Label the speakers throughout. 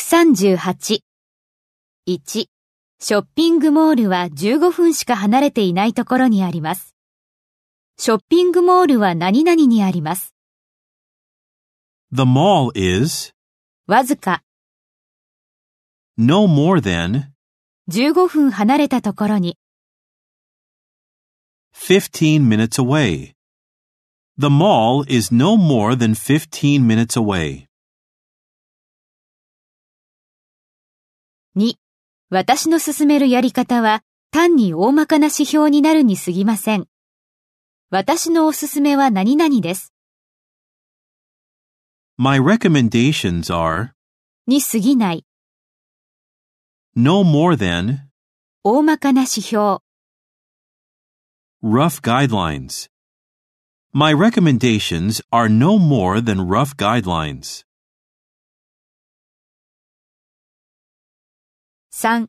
Speaker 1: 138.1. ショッピングモールは15分しか離れていないところにあります。ショッピングモールは何々にあります。
Speaker 2: The mall is
Speaker 1: わずか
Speaker 2: no more than
Speaker 1: 15分離れたところに
Speaker 2: 15 minutes away. The mall is no more than 15 minutes away.
Speaker 1: 2. 私の進めるやり方は単に大まかな指標になるにすぎません。私のおすすめは何々です。
Speaker 2: My recommendations are
Speaker 1: に過ぎない
Speaker 2: no more than
Speaker 1: 大まかな指標。
Speaker 2: rough guidelines. My recommendations are no more than rough guidelines.
Speaker 1: 3.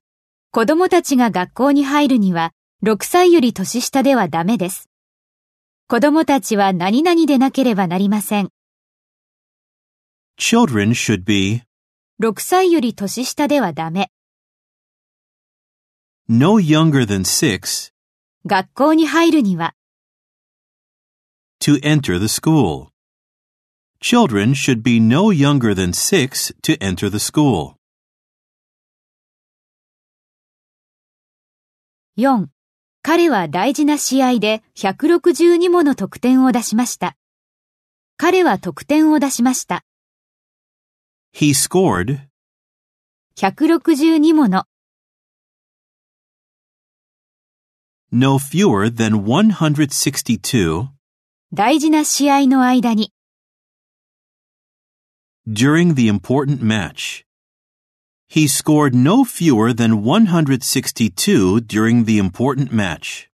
Speaker 1: 子供たちが学校に入るには、6歳より年下ではダメです。子供たちは何々でなければなりません。
Speaker 2: Children should be
Speaker 1: 6歳より年下ではダメ。
Speaker 2: no younger than 6
Speaker 1: 学校に入るには、
Speaker 2: to enter the school. Children should be no younger than 6 to enter the school.
Speaker 1: 4. 彼は大事な試合で162もの得点を出しました。彼は得点を出しました。
Speaker 2: He scored
Speaker 1: 162もの。
Speaker 2: no fewer than 162
Speaker 1: 大事な試合の間に、
Speaker 2: during the important match. He scored no fewer than 162 during the important match.